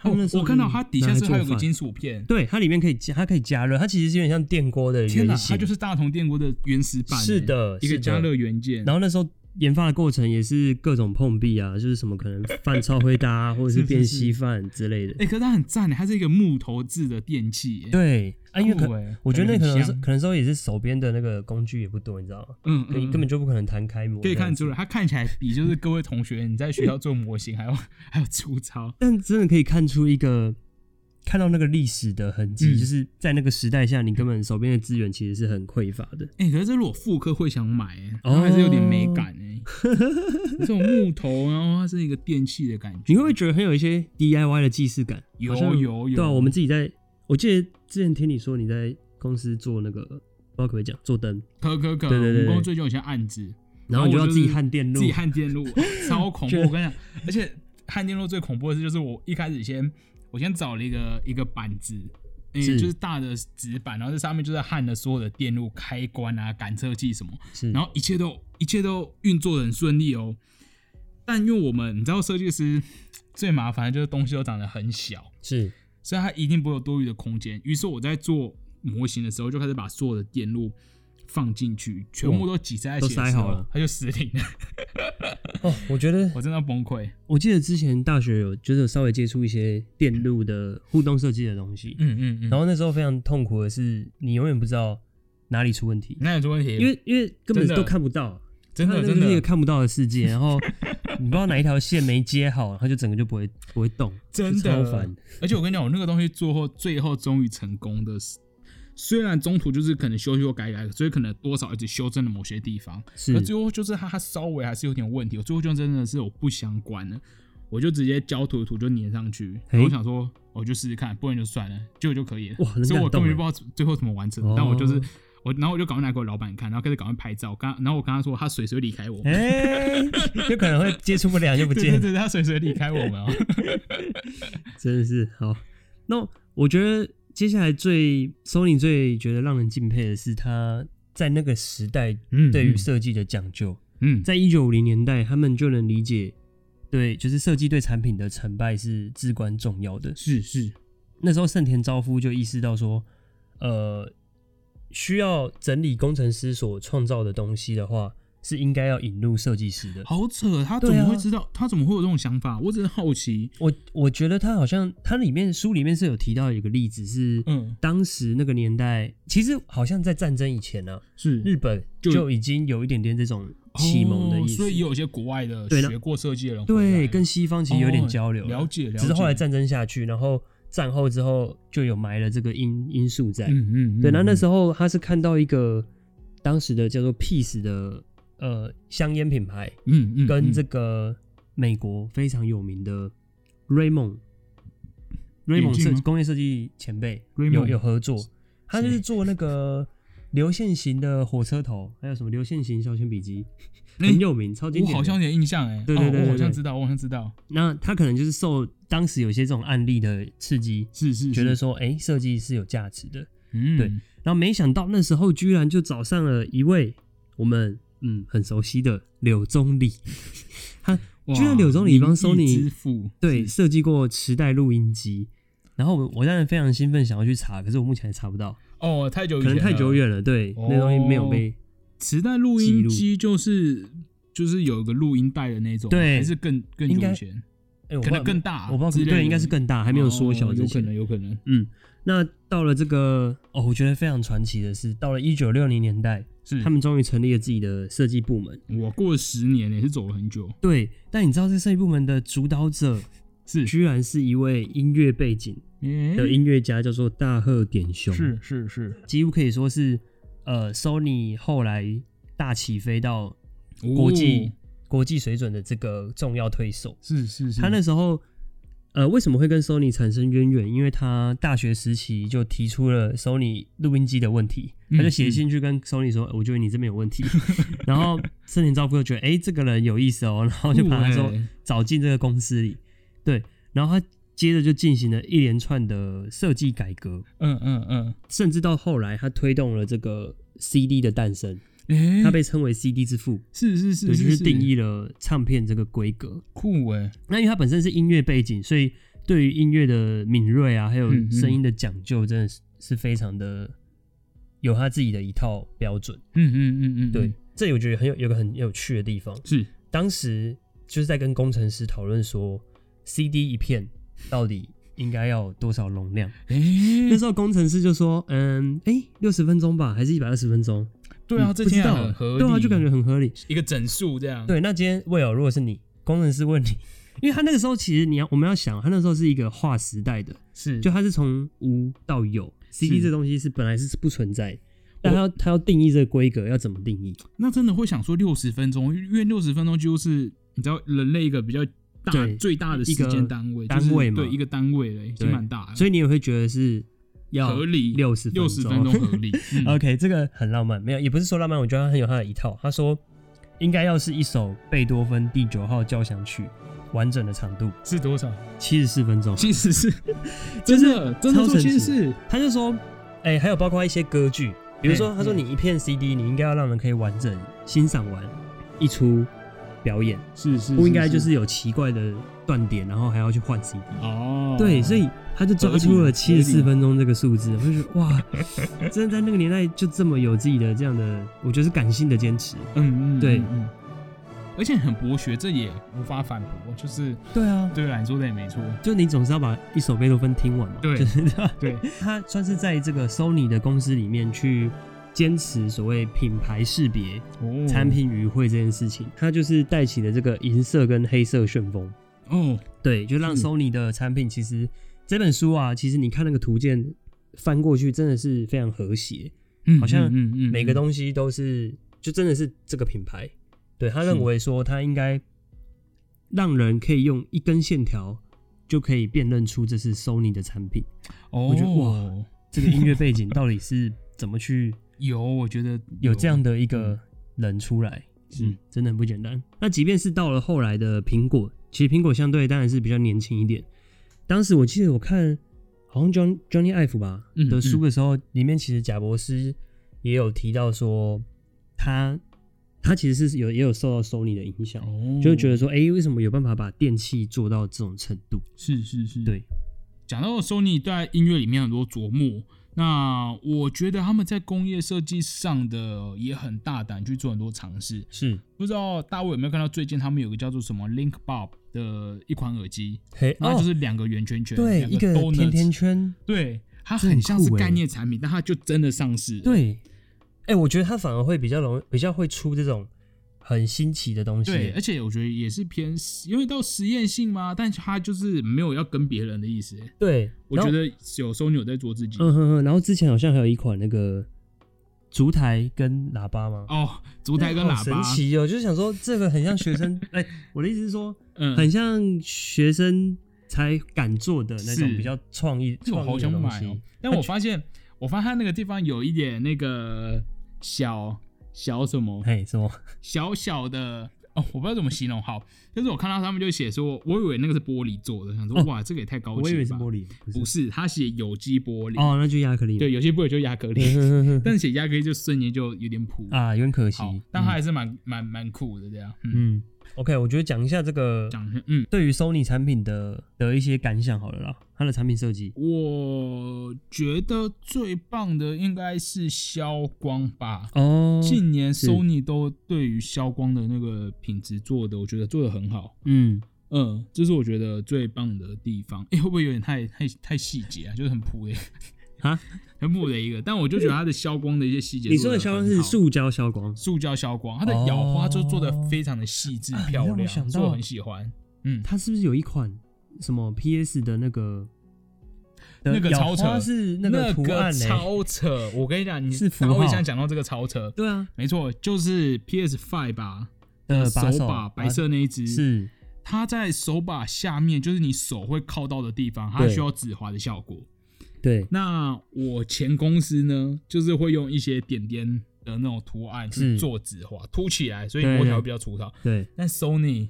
Speaker 1: 他
Speaker 2: 哦
Speaker 1: 们那时，候
Speaker 2: 我看到
Speaker 1: 就
Speaker 2: 它底下是
Speaker 1: 拿
Speaker 2: 还
Speaker 1: 来
Speaker 2: 有
Speaker 1: 做饭
Speaker 2: 个金属片。
Speaker 1: 对，它里面可以加，它可以加热，它其实是有点像电锅的
Speaker 2: 天
Speaker 1: 原
Speaker 2: 哪，
Speaker 1: 型。
Speaker 2: 它就是大同电锅的原始版欸。
Speaker 1: 是的
Speaker 2: 一
Speaker 1: 是
Speaker 2: 个
Speaker 1: 的
Speaker 2: 加热元件。
Speaker 1: 然后那时候研发的过程也是各种碰壁啊，就是什么可能饭超会搭啊，或者是
Speaker 2: 是
Speaker 1: 变
Speaker 2: 是
Speaker 1: 稀饭之类的。
Speaker 2: 哎、可是它很赞欸，它是一个木头制的电器欸。
Speaker 1: 对，啊，因为
Speaker 2: 酷
Speaker 1: 可
Speaker 2: 欸
Speaker 1: 我觉得那
Speaker 2: 感
Speaker 1: 可
Speaker 2: 很
Speaker 1: 能是
Speaker 2: 香
Speaker 1: 可能时候也是手边的那个工具也不多，你知道吗？
Speaker 2: 嗯
Speaker 1: 所以
Speaker 2: 嗯，
Speaker 1: 根本就不可能弹开模。
Speaker 2: 可以看出
Speaker 1: 来。
Speaker 2: 来，他看起来比就是各位同学你在学校做模型还要还要粗糙。
Speaker 1: 但真的可以看出一个看到那个历史的痕迹，
Speaker 2: 嗯
Speaker 1: 就是在那个时代下，你根本手边的资源其实是很匮乏的。
Speaker 2: 哎、可是这如果复刻会想买、欸，
Speaker 1: 哦
Speaker 2: 它还是有点美感哎、这种木头，然后它是一个电器的感觉。
Speaker 1: 你会不会觉得很有一些 DIY 的既视感？
Speaker 2: 有
Speaker 1: 好像
Speaker 2: 有有
Speaker 1: 对啊，我们自己在，我记得之前听你说你在公司做那个，不知道可不可以讲做灯，
Speaker 2: 可可可，
Speaker 1: 对对对
Speaker 2: 我们公司最近有些案子，
Speaker 1: 然后你就
Speaker 2: 我
Speaker 1: 要
Speaker 2: 就
Speaker 1: 自己
Speaker 2: 是
Speaker 1: 焊电路
Speaker 2: 自，己 焊电路，超恐怖！
Speaker 1: 觉得
Speaker 2: 我跟你讲，而且焊电路最恐怖的是，就是我一开始先我先找了一个一个板子。诶、
Speaker 1: 是
Speaker 2: 就是大的纸板，然后这上面就是焊了所有的电路、开关啊、感测器什么，
Speaker 1: 是，
Speaker 2: 然后一切都一切都运作的很顺利哦。但因为我们你知道，设计师最麻烦的就是东西都长得很小，
Speaker 1: 是
Speaker 2: 所以它一定不会有多余的空间。于是我在做模型的时候，就开始把所有的电路放进去，全部都挤在一起的时候，
Speaker 1: 都塞好了
Speaker 2: 它就失灵了。
Speaker 1: 哦，我觉 得
Speaker 2: 我真的要崩溃。
Speaker 1: 我记得之前大学有就是有稍微接触一些电路的互动设计的东西，
Speaker 2: 嗯嗯嗯
Speaker 1: 然后那时候非常痛苦的是，你永远不知道哪里出问题，
Speaker 2: 那有什么问题？
Speaker 1: 因为因为根本
Speaker 2: 真的
Speaker 1: 都看不到，
Speaker 2: 嗯真的
Speaker 1: 它那
Speaker 2: 真
Speaker 1: 个是一个
Speaker 2: 的
Speaker 1: 看不到的世界，然后你不知道哪一条线没接好，它就整个就不会不会动，
Speaker 2: 真
Speaker 1: 就超
Speaker 2: 的
Speaker 1: 烦。，
Speaker 2: 而且我跟你讲，我那个东西最后最后终于成功的是，虽然中途就是可能修修改改，所以可能多少一直修正了某些地方，
Speaker 1: 是
Speaker 2: 那最后就是它它稍微还是有点问题，我最后就真的是我不想管了，我就直接焦土的土就粘上去，
Speaker 1: 嘿
Speaker 2: 我想说我就试试看，不然就算了，就就可以了。
Speaker 1: 哇很
Speaker 2: 所以
Speaker 1: 感
Speaker 2: 我根
Speaker 1: 动
Speaker 2: 本
Speaker 1: 欸
Speaker 2: 就不知道最后怎么完成的，但我就是
Speaker 1: 哦
Speaker 2: 我，然后我就赶快拿给我老板看，然后开始赶快拍照，刚然后我跟他说他随时会离开我。
Speaker 1: 哎，有可能会接触不良就不
Speaker 2: 对对
Speaker 1: 见，
Speaker 2: 对，他随时会离开我 们哦。
Speaker 1: 真的是好。那我觉得接下来最 Sony 最觉得让人敬佩的是他在那个时代
Speaker 2: 嗯，
Speaker 1: 对于设计的讲究，
Speaker 2: 嗯，
Speaker 1: 在一九五零年代他们就能理解。对，就是设计对产品的成败是至关重要的。
Speaker 2: 是是，
Speaker 1: 那时候盛田昭夫就意识到说，呃，需要整理工程师所创造的东西的话，是应该要引入设计师的。
Speaker 2: 好扯，他
Speaker 1: 啊
Speaker 2: 怎么会知道？他怎么会有这种想法？我只是好奇。
Speaker 1: 我我觉得他好像他里面书里面是有提到一个例子是，
Speaker 2: 嗯
Speaker 1: 当时那个年代其实好像在战争以前呢、
Speaker 2: 是
Speaker 1: 日本
Speaker 2: 就
Speaker 1: 就已经有一点点这种启蒙的意
Speaker 2: 哦
Speaker 1: 思，
Speaker 2: 所以也有一些国外的
Speaker 1: 对那
Speaker 2: 学过设计的人回来
Speaker 1: 对
Speaker 2: 了
Speaker 1: 跟西方其实有点交流
Speaker 2: 哦了解了解。
Speaker 1: 只是后来战争下去，然后战后之后就有埋了这个因因素在。
Speaker 2: 嗯嗯，
Speaker 1: 对，那那时
Speaker 2: 候
Speaker 1: 候他是看到一个当时的叫做 Peace 的呃香烟品牌，
Speaker 2: 嗯嗯
Speaker 1: 跟这
Speaker 2: 个
Speaker 1: 个美国非常有名的 Raymond Raymond
Speaker 2: 镜
Speaker 1: 设
Speaker 2: 吗
Speaker 1: 工业设计前辈
Speaker 2: Raymond
Speaker 1: 有有合作，他就是
Speaker 2: 谁
Speaker 1: 做那个流线型的火车头，还有什么流线型削铅笔机，
Speaker 2: 哎
Speaker 1: 很有名，超经
Speaker 2: 我
Speaker 1: 典的。
Speaker 2: 好像有点印象哎，
Speaker 1: 对对
Speaker 2: 哦
Speaker 1: 对对
Speaker 2: 我好像
Speaker 1: 对
Speaker 2: 知道，我好像知道，
Speaker 1: 那他可能就是受当时有些这种案例的刺激，
Speaker 2: 是是
Speaker 1: 觉得
Speaker 2: 是
Speaker 1: 说哎设计是有价值的，
Speaker 2: 嗯
Speaker 1: 对然后没想到那时候居然就找上了一位我们嗯很熟悉的柳宗理，
Speaker 2: 哇
Speaker 1: 居然柳宗理帮
Speaker 2: 民意
Speaker 1: Sony
Speaker 2: 之父，
Speaker 1: 对，
Speaker 2: 是
Speaker 1: 设计过磁带录音机。然后我我当然非常兴奋，想要去查，可是我目前还查不到，
Speaker 2: 哦，太久以
Speaker 1: 可能
Speaker 2: 前
Speaker 1: 太久
Speaker 2: 了
Speaker 1: 远了。对，那东西没有被
Speaker 2: 磁带录
Speaker 1: 记
Speaker 2: 音
Speaker 1: 录
Speaker 2: 机就是就是有一个录音带的那种吗，
Speaker 1: 对
Speaker 2: 还是更更
Speaker 1: 应
Speaker 2: 久
Speaker 1: 该
Speaker 2: 以前，
Speaker 1: 哎，我不
Speaker 2: 可
Speaker 1: 知
Speaker 2: 能
Speaker 1: 道
Speaker 2: 更大之类的，
Speaker 1: 我不知道，对，应该是更大，还没有缩小
Speaker 2: 哦
Speaker 1: 之
Speaker 2: 有可
Speaker 1: 前。
Speaker 2: 能，有可能，
Speaker 1: 嗯，那到了这个哦，我觉得非常传奇的是，到了一九六零年代，
Speaker 2: 是
Speaker 1: 他们终于成立了自己的设计部门。
Speaker 2: 我过了十年也是走了很久，
Speaker 1: 对，但你知道这设计部门的主导者
Speaker 2: 是
Speaker 1: 居然是一位音乐背景的
Speaker 2: 诶
Speaker 1: 音乐家，叫做大贺典雄。
Speaker 2: 是是是，
Speaker 1: 几乎可以说是呃，Sony 后来大起飞到国
Speaker 2: 哦
Speaker 1: 际、国际水准的这个重要推手。
Speaker 2: 是是是，
Speaker 1: 他那时候呃，为什么会跟 Sony 产生渊源？因为他大学时期就提出了 Sony 录音机的问题，
Speaker 2: 嗯
Speaker 1: 他就写信去跟 Sony 说：“呃我觉得你这边有问题。”然后森田照夫就觉得：“哎、这个人有意思哦。”然后就把他说
Speaker 2: 酷欸
Speaker 1: 找进这个公司里。对，然后他接着就进行了一连串的设计改革。
Speaker 2: 嗯嗯嗯，
Speaker 1: 甚至到后来，他推动了这个 CD 的诞生，
Speaker 2: 诶，
Speaker 1: 他被称为 CD 之父，
Speaker 2: 是是嗯是，
Speaker 1: 对，就是
Speaker 2: 是
Speaker 1: 定义了唱片这个规格。
Speaker 2: 酷哎，
Speaker 1: 那因为他本身是音乐背景，所以对于音乐的敏锐啊，还有
Speaker 2: 嗯嗯
Speaker 1: 声音的讲究，真的是是非常的有他自己的一套标准。
Speaker 2: 嗯嗯嗯嗯，
Speaker 1: 对，
Speaker 2: 嗯，
Speaker 1: 这我觉得很有有个很有趣的地方，
Speaker 2: 是
Speaker 1: 当时就是在跟工程师讨论说，CD 一片到底应该要有多少容量。
Speaker 2: 诶
Speaker 1: 那，时候工程师就说，嗯，哎、六十分钟吧，还是一百二十分钟？
Speaker 2: 对啊，
Speaker 1: 嗯
Speaker 2: 这
Speaker 1: 不知
Speaker 2: 听起来
Speaker 1: 道
Speaker 2: 很合理，
Speaker 1: 对啊，就感觉很合理。
Speaker 2: 一个整数这样，
Speaker 1: 对，那今天魏尔，如果是你，工程师问你，因为他那个时候其实你要我们要想，他那时候是一个划时代的，
Speaker 2: 是
Speaker 1: 就他是从无到有，CD
Speaker 2: 是
Speaker 1: 这东西是本来是不存在的，但他要他要定义这个规格，要怎么定义？
Speaker 2: 那真的会想说六十分钟，因为六十分钟几乎是你知道人类一个比较大
Speaker 1: 对
Speaker 2: 最大的时间单位，
Speaker 1: 一个单位嘛
Speaker 2: 就是对一个单位了，已经
Speaker 1: 对
Speaker 2: 蛮大了，
Speaker 1: 所以你也会觉得是要
Speaker 2: 啊合理
Speaker 1: 六十呃
Speaker 2: 六十分钟合理。 嗯
Speaker 1: OK，这个很浪漫，没有，也不是说浪漫，我觉得他很有他的一套。他说，应该要是一首贝多芬第九号交响曲，完整的长度
Speaker 2: 是多少？
Speaker 1: 七十四分钟。
Speaker 2: 其实 是
Speaker 1: 就是
Speaker 2: 真的，真的
Speaker 1: 超
Speaker 2: 说
Speaker 1: 神奇
Speaker 2: 其实是
Speaker 1: 他就说，哎、还有包括一些歌剧，比如说，
Speaker 2: 嗯
Speaker 1: 他说你一片 CD，你应该要让人可以完整欣赏完一出表演，
Speaker 2: 是是
Speaker 1: 不应该嗯就是有奇怪的断点，然后还要去换 CD。
Speaker 2: 哦，
Speaker 1: 对，所以他就抓出
Speaker 2: 合
Speaker 1: 了
Speaker 2: 理
Speaker 1: 七十
Speaker 2: 合
Speaker 1: 四
Speaker 2: 理
Speaker 1: 分钟这个数字，我就觉 得哇，真的在那个年代就这么有自己的这样的，我觉得是感性的坚持。
Speaker 2: 嗯嗯
Speaker 1: 对
Speaker 2: 嗯嗯，而且很博学，这也无法反驳，就是
Speaker 1: 对啊，
Speaker 2: 对来说的也没错，
Speaker 1: 就你总是要把一首贝多芬听完嘛。
Speaker 2: 对
Speaker 1: 就是
Speaker 2: 对，
Speaker 1: 他算是在这个 Sony 的公司里面去坚持所谓品牌识别、
Speaker 2: 哦
Speaker 1: 产品与会这件事情，他就是带起了这个银色跟黑色旋风。
Speaker 2: 哦，
Speaker 1: 对，就让
Speaker 2: 是
Speaker 1: Sony 的产品其实这本书啊，其实你看那个图鉴翻过去，真的是非常和谐，
Speaker 2: 嗯
Speaker 1: 好像
Speaker 2: 嗯嗯嗯
Speaker 1: 每个东西都是就真的是这个品牌。对他认
Speaker 2: 是
Speaker 1: 为说，他应该让人可以用一根线条就可以辨认出这是 Sony 的产品。
Speaker 2: 哦，
Speaker 1: 我觉得哇这个音乐背景到底是怎么去
Speaker 2: 有，我觉得
Speaker 1: 有这
Speaker 2: 嗯
Speaker 1: 样的一个人出来，
Speaker 2: 是
Speaker 1: 嗯真的很不简单。那即便是到了后来的苹果，其实苹果相对当然是比较年轻一点。当时我记得我看好像 John Johnny Ive 吧
Speaker 2: 嗯
Speaker 1: 的书的时候，里面其实贾博斯也有提到说，他他其实是有也有受到 Sony 的影响，
Speaker 2: 哦，
Speaker 1: 就会觉得说，哎、为什么有办法把电器做到这种程度？
Speaker 2: 是是是，
Speaker 1: 对
Speaker 2: 讲到 Sony 在音乐里面很多琢磨，那我觉得他们在工业设计上的也很大胆去做很多尝试。
Speaker 1: 是，
Speaker 2: 不知道大卫有没有看到最近他们有个叫做什么 Link Bob 的一款耳机，
Speaker 1: 嘿，
Speaker 2: 那就
Speaker 1: 哦，
Speaker 2: 是两个圆圈圈，
Speaker 1: 对，
Speaker 2: 两
Speaker 1: 一个
Speaker 2: donuts
Speaker 1: 甜甜圈，
Speaker 2: 对，它
Speaker 1: 这很
Speaker 2: 很像是
Speaker 1: 酷欸
Speaker 2: 概念产品，但它就真的上市了。
Speaker 1: 对，哎、我觉得它反而会比较容易，比较会出这种很新奇的东西。
Speaker 2: 对，而且我觉得也是偏，因为到实验性嘛，但它就是没有要跟别人的意思。欸
Speaker 1: 对，
Speaker 2: 我
Speaker 1: 然
Speaker 2: 觉
Speaker 1: 后，
Speaker 2: 得有 Sony 有在做自己。
Speaker 1: 嗯哼哼，然后之前好像还有一款那个烛台跟喇叭嘛，
Speaker 2: 哦，烛台跟喇叭
Speaker 1: 好，神奇哦，就是想说这个很像学 生，哎、我的意思是说，
Speaker 2: 嗯，
Speaker 1: 很像学生才敢做的那种
Speaker 2: 是
Speaker 1: 比较创意、
Speaker 2: 这个我
Speaker 1: 创
Speaker 2: 好
Speaker 1: 意的
Speaker 2: 想
Speaker 1: 东
Speaker 2: 买哦
Speaker 1: 西。。
Speaker 2: 但我发现，我发现它那个地方有一点那个小小什么
Speaker 1: 嘿，什么？
Speaker 2: 小小的。哦，我不知道怎么形容好，但是我看到他们就写说，我以为那个是玻璃做的，想说、
Speaker 1: 哦
Speaker 2: 哇，这个也太高级了吧。
Speaker 1: 我以为是玻璃，不是
Speaker 2: 不。是，他写有机玻璃。
Speaker 1: 哦，那就亚克力嘛。
Speaker 2: 对，有些玻璃就亚克力，
Speaker 1: 嗯哼哼
Speaker 2: 但写亚克力就瞬间就有点普
Speaker 1: 哼。啊，有点可惜
Speaker 2: 好，。但它还是蛮蛮蛮酷的这样。嗯，
Speaker 1: 嗯，OK，我觉得讲一下这个
Speaker 2: 讲嗯，
Speaker 1: 对于 Sony 产品的的一些感想好了啦，它的产品设计。
Speaker 2: 我觉得最棒的应该是消光吧。
Speaker 1: 哦
Speaker 2: 近年
Speaker 1: 是
Speaker 2: Sony 都对于消光的那个品质做的，我觉得做的很好。
Speaker 1: 嗯，
Speaker 2: 嗯，这是我觉得最棒的地方。哎、会不会有点太太太细节啊？就是很普 的
Speaker 1: 啊，
Speaker 2: 很普的一个。但我就觉得它的消光的一些细节，
Speaker 1: 你说的消光是塑胶消光，
Speaker 2: 塑胶消光，它的摇花就做的非常的细致
Speaker 1: 哦
Speaker 2: 漂
Speaker 1: 啊你让我
Speaker 2: 亮，
Speaker 1: 想
Speaker 2: 所以我
Speaker 1: 到
Speaker 2: 很喜欢。嗯
Speaker 1: 它是不是有一款什么 PS 的那个的
Speaker 2: 那个
Speaker 1: 摇
Speaker 2: 超扯
Speaker 1: 花是那
Speaker 2: 个
Speaker 1: 个图案欸呢？
Speaker 2: 超扯！我跟你讲，你
Speaker 1: 是符
Speaker 2: 大
Speaker 1: 号
Speaker 2: 卫想讲到这个超扯，
Speaker 1: 对啊，
Speaker 2: 没错，就是 PS Five 吧
Speaker 1: 的呃把啊
Speaker 2: 手把白色那一只，
Speaker 1: 是
Speaker 2: 它在手把下面，就是你手会靠到的地方，它
Speaker 1: 对
Speaker 2: 需要指滑的效果。
Speaker 1: 对，
Speaker 2: 那我前公司呢，就是会用一些点点的那种图案去
Speaker 1: 是
Speaker 2: 做指滑，凸起来，所以
Speaker 1: 对
Speaker 2: 摸条
Speaker 1: 对
Speaker 2: 比较粗糙。
Speaker 1: 对
Speaker 2: 但 Sony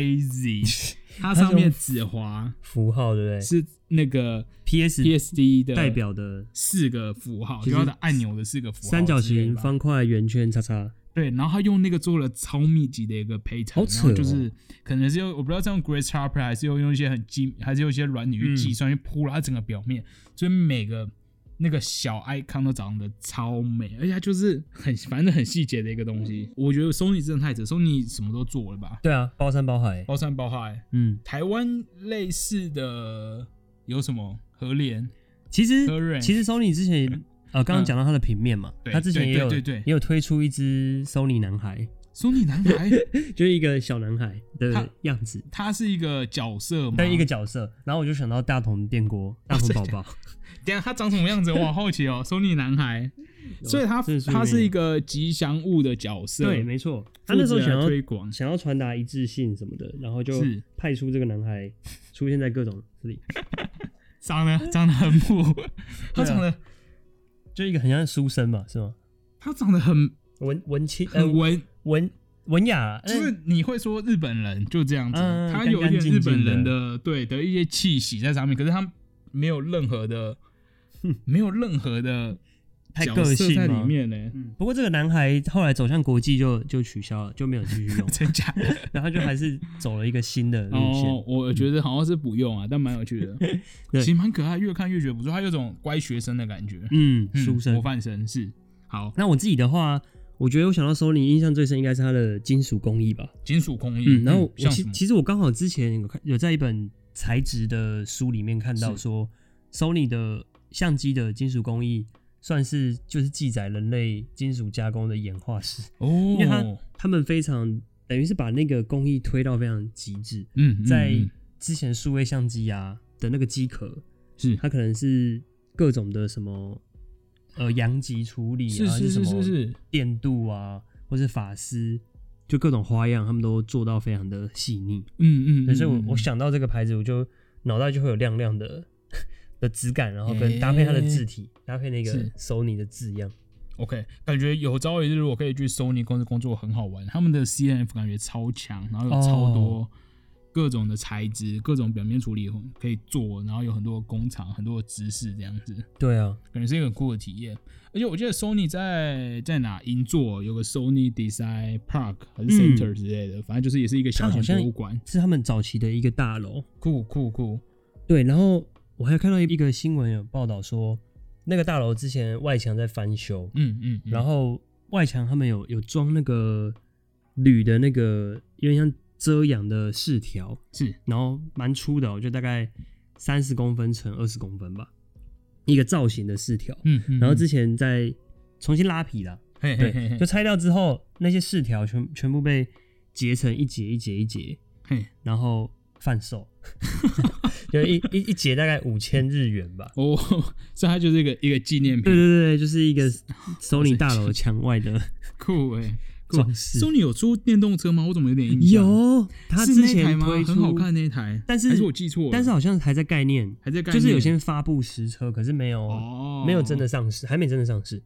Speaker 2: crazy，它
Speaker 1: 是
Speaker 2: 上面
Speaker 1: 用
Speaker 2: 指滑
Speaker 1: 符号，对不对
Speaker 2: 是那个
Speaker 1: ？PS
Speaker 2: PSD 的
Speaker 1: 代表的
Speaker 2: 四个符号，
Speaker 1: 其实
Speaker 2: 就它的按钮的四个符号，
Speaker 1: 三角形、。方块、圆圈、叉叉，
Speaker 2: 对，然后他用那个做了超密集的一个 pattern，
Speaker 1: 好扯
Speaker 2: 然后
Speaker 1: 哦
Speaker 2: 就是可能是用我不知道是用 Grasshopper 还是用用一些很精，还是用一些软语
Speaker 1: 嗯
Speaker 2: 去计算去铺了它整个表面，所以每个那个小 icon 都长得超美，而且它就是很反正很细节的一个东西。我觉得 Sony 真的太扯，Sony 什么都做了吧，
Speaker 1: 对啊，包山包海，
Speaker 2: 包山包海。
Speaker 1: 嗯，
Speaker 2: 台湾类似的有什么和联？
Speaker 1: 其实
Speaker 2: 科瑞嗯
Speaker 1: 其实 Sony 之前也呃，刚刚讲到它的平面嘛，
Speaker 2: 对
Speaker 1: 它之前也有
Speaker 2: 对对对对
Speaker 1: 也有推出一只 Sony 男孩，
Speaker 2: Sony 男孩，
Speaker 1: 就是一个小男孩
Speaker 2: 他
Speaker 1: 的样子
Speaker 2: 他是一个角色吗？
Speaker 1: 的一个角色，然后我就想到大同电
Speaker 2: 哦
Speaker 1: 锅、大同宝宝，
Speaker 2: 等一下他长什么样子？我好好奇 哦。索尼男孩，所以他
Speaker 1: 这是
Speaker 2: 他是一个吉祥物的角色，
Speaker 1: 对，没错，他
Speaker 2: 负
Speaker 1: 那时候
Speaker 2: 责
Speaker 1: 想要
Speaker 2: 推广。
Speaker 1: 想要传达一致性什么的，然后就是派出这个男孩出现在各种这 里，
Speaker 2: 长得长得很 酷，
Speaker 1: 啊
Speaker 2: 他长得
Speaker 1: 就一个很像书生嘛，是吗？他
Speaker 2: 长得很
Speaker 1: 文文 青呃
Speaker 2: 很文，
Speaker 1: 文文雅，
Speaker 2: 就
Speaker 1: 嗯
Speaker 2: 是你会说日本人就这样子，
Speaker 1: 嗯
Speaker 2: 他有一
Speaker 1: 干
Speaker 2: 点
Speaker 1: 干净净
Speaker 2: 日本人的对的一些气息在上面，可是他没有任何 的没有任何的
Speaker 1: 太
Speaker 2: 角
Speaker 1: 个
Speaker 2: 色
Speaker 1: 性
Speaker 2: 在里
Speaker 1: 吗
Speaker 2: 面 呢、，
Speaker 1: 嗯不过这个男孩后来走向国际就就取消了，就没有继续用
Speaker 2: 真假的？
Speaker 1: 然后就还是走了一个新的路线。
Speaker 2: 哦，我觉得好像是不用啊，但蛮有趣的，
Speaker 1: 对
Speaker 2: 其实蛮可爱，越看越觉得不错，他有种乖学生的感觉，
Speaker 1: 嗯，
Speaker 2: 嗯
Speaker 1: 书生。
Speaker 2: 模范生是好
Speaker 1: 那我自己的话，我觉得我想到 Sony 印象最深应该是它的金属工艺吧。
Speaker 2: 金属工艺，
Speaker 1: 嗯，然后我
Speaker 2: 像什
Speaker 1: 其
Speaker 2: 么？
Speaker 1: 其实我刚好之前有看有在一本材质的书里面看到
Speaker 2: 是
Speaker 1: 说，Sony 的相机的金属工艺算是就是记载人类金属加工的演化史，因为它
Speaker 2: 哦，
Speaker 1: 他们非常等于是把那个工艺推到非常极致。
Speaker 2: 嗯，嗯
Speaker 1: 在
Speaker 2: 嗯
Speaker 1: 之前数位相机啊的那个机壳，
Speaker 2: 是
Speaker 1: 它可能是各种的什么呃阳极处理
Speaker 2: 是
Speaker 1: 啊，
Speaker 2: 是
Speaker 1: 什
Speaker 2: 是是嗯
Speaker 1: 么
Speaker 2: 是，
Speaker 1: 电镀啊，或是法丝，就各种花样，他们都做到非常的细腻。
Speaker 2: 嗯嗯，
Speaker 1: 对所以
Speaker 2: 嗯
Speaker 1: 我
Speaker 2: 嗯
Speaker 1: 我想到这个牌子，我就脑袋就会有亮亮的的质感，然后跟搭配它的字体，搭配那个
Speaker 2: 是
Speaker 1: Sony 的字样。
Speaker 2: OK，感觉有朝一日我可以去 Sony 公司工作很好玩，他们的 CNF 感觉超强，然后有
Speaker 1: 哦
Speaker 2: 超多各种的材质、各种表面处理可以做，然后有很多工厂、很多知识这样子，
Speaker 1: 对啊，
Speaker 2: 感觉是一个很酷的体验。而且我记得 Sony 在在哪银座有个 Sony Design Park 还
Speaker 1: 嗯
Speaker 2: 是 Center 之类的，反正就是也是一个小
Speaker 1: 它好
Speaker 2: 型
Speaker 1: 像
Speaker 2: 博物馆，
Speaker 1: 是他们早期的一个大楼。
Speaker 2: 酷酷酷，
Speaker 1: 对，然后我还有看到一一个新闻有报道说，那个大楼之前外墙在翻修，
Speaker 2: 嗯嗯，
Speaker 1: 然
Speaker 2: 后
Speaker 1: 后外墙他们有有装那个铝的那个有点像遮阳的饰条，
Speaker 2: 是
Speaker 1: 然后蛮粗的哦、就大概三十公分乘二十公分吧，一个造型的饰条。
Speaker 2: 嗯嗯，
Speaker 1: 然后
Speaker 2: 嗯
Speaker 1: 之前再重新拉皮啦，
Speaker 2: 嘿嘿 嘿
Speaker 1: 对，
Speaker 2: 嘿
Speaker 1: 就拆掉之后，那些饰条全全部被截成一节一节一节，
Speaker 2: 嘿，
Speaker 1: 然后贩售， 就一一一节大概五千日元吧。
Speaker 2: 哦， 所以它就是一个一个纪 念
Speaker 1: 对
Speaker 2: 品，
Speaker 1: 对对，就是 一个首领大楼墙外的
Speaker 2: 酷哎。酷
Speaker 1: 装饰。
Speaker 2: Sony 有出电动车吗？我怎么有点印象？，
Speaker 1: 有，他
Speaker 2: 是
Speaker 1: 之
Speaker 2: 那台
Speaker 1: 前
Speaker 2: 吗
Speaker 1: 推？出
Speaker 2: 很好看，那一台，
Speaker 1: 但是
Speaker 2: 还是我记错了，
Speaker 1: 但是好像还在概念，
Speaker 2: 还在概念
Speaker 1: 就是有先发布实车，可是没有、
Speaker 2: 哦，
Speaker 1: 没有真的，上市，还没真的上市。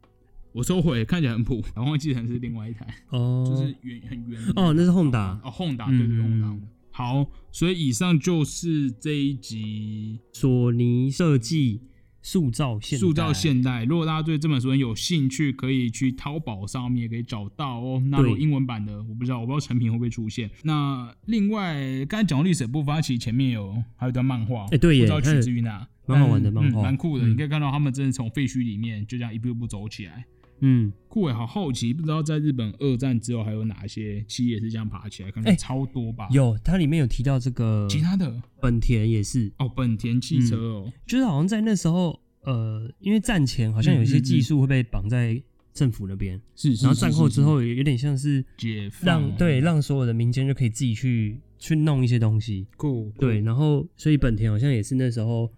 Speaker 2: 我收回，看起来很普，我忘记成是另外一台，
Speaker 1: 哦，
Speaker 2: 就是圆很圆的
Speaker 1: 哦，那是 Honda
Speaker 2: 哦，Honda，
Speaker 1: 嗯
Speaker 2: 对对
Speaker 1: 嗯
Speaker 2: Honda。好，所以以上就是这一集
Speaker 1: 索尼设计塑造现代
Speaker 2: 塑造现代。如果大家对这本书很有兴趣，可以去淘宝上面也可以找到哦。那
Speaker 1: 对
Speaker 2: 有英文版的，我不知道，我不知道成品会不会出现。那另外刚才讲到历史的部分，它其实前面有还有一段漫画，
Speaker 1: 哎对耶
Speaker 2: 不知道取自于哪，
Speaker 1: 它有蛮好玩的
Speaker 2: 但
Speaker 1: 漫画
Speaker 2: 嗯蛮酷的。
Speaker 1: 嗯
Speaker 2: 你可以看到他们真的从废墟里面就这样一步一步走起来。
Speaker 1: 嗯，
Speaker 2: 酷伟好好奇，不知道在日本二战之后还有哪些企业是这样爬起来，可能
Speaker 1: 哎
Speaker 2: 超多吧。
Speaker 1: 有它里面有提到这个
Speaker 2: 啊其他的
Speaker 1: 本田也是，
Speaker 2: 哦，本田汽车
Speaker 1: 嗯
Speaker 2: 哦，
Speaker 1: 就是好像在那时候，呃，因为战前好像有一些技术会被绑在政府那边，
Speaker 2: 是嗯是
Speaker 1: 然后
Speaker 2: 是
Speaker 1: 战后
Speaker 2: 是
Speaker 1: 之后有有点像是
Speaker 2: 解放
Speaker 1: 让对让所有的民间就可以自己去去弄一些东西，
Speaker 2: 酷
Speaker 1: 对，然后所以本田好像也是那时候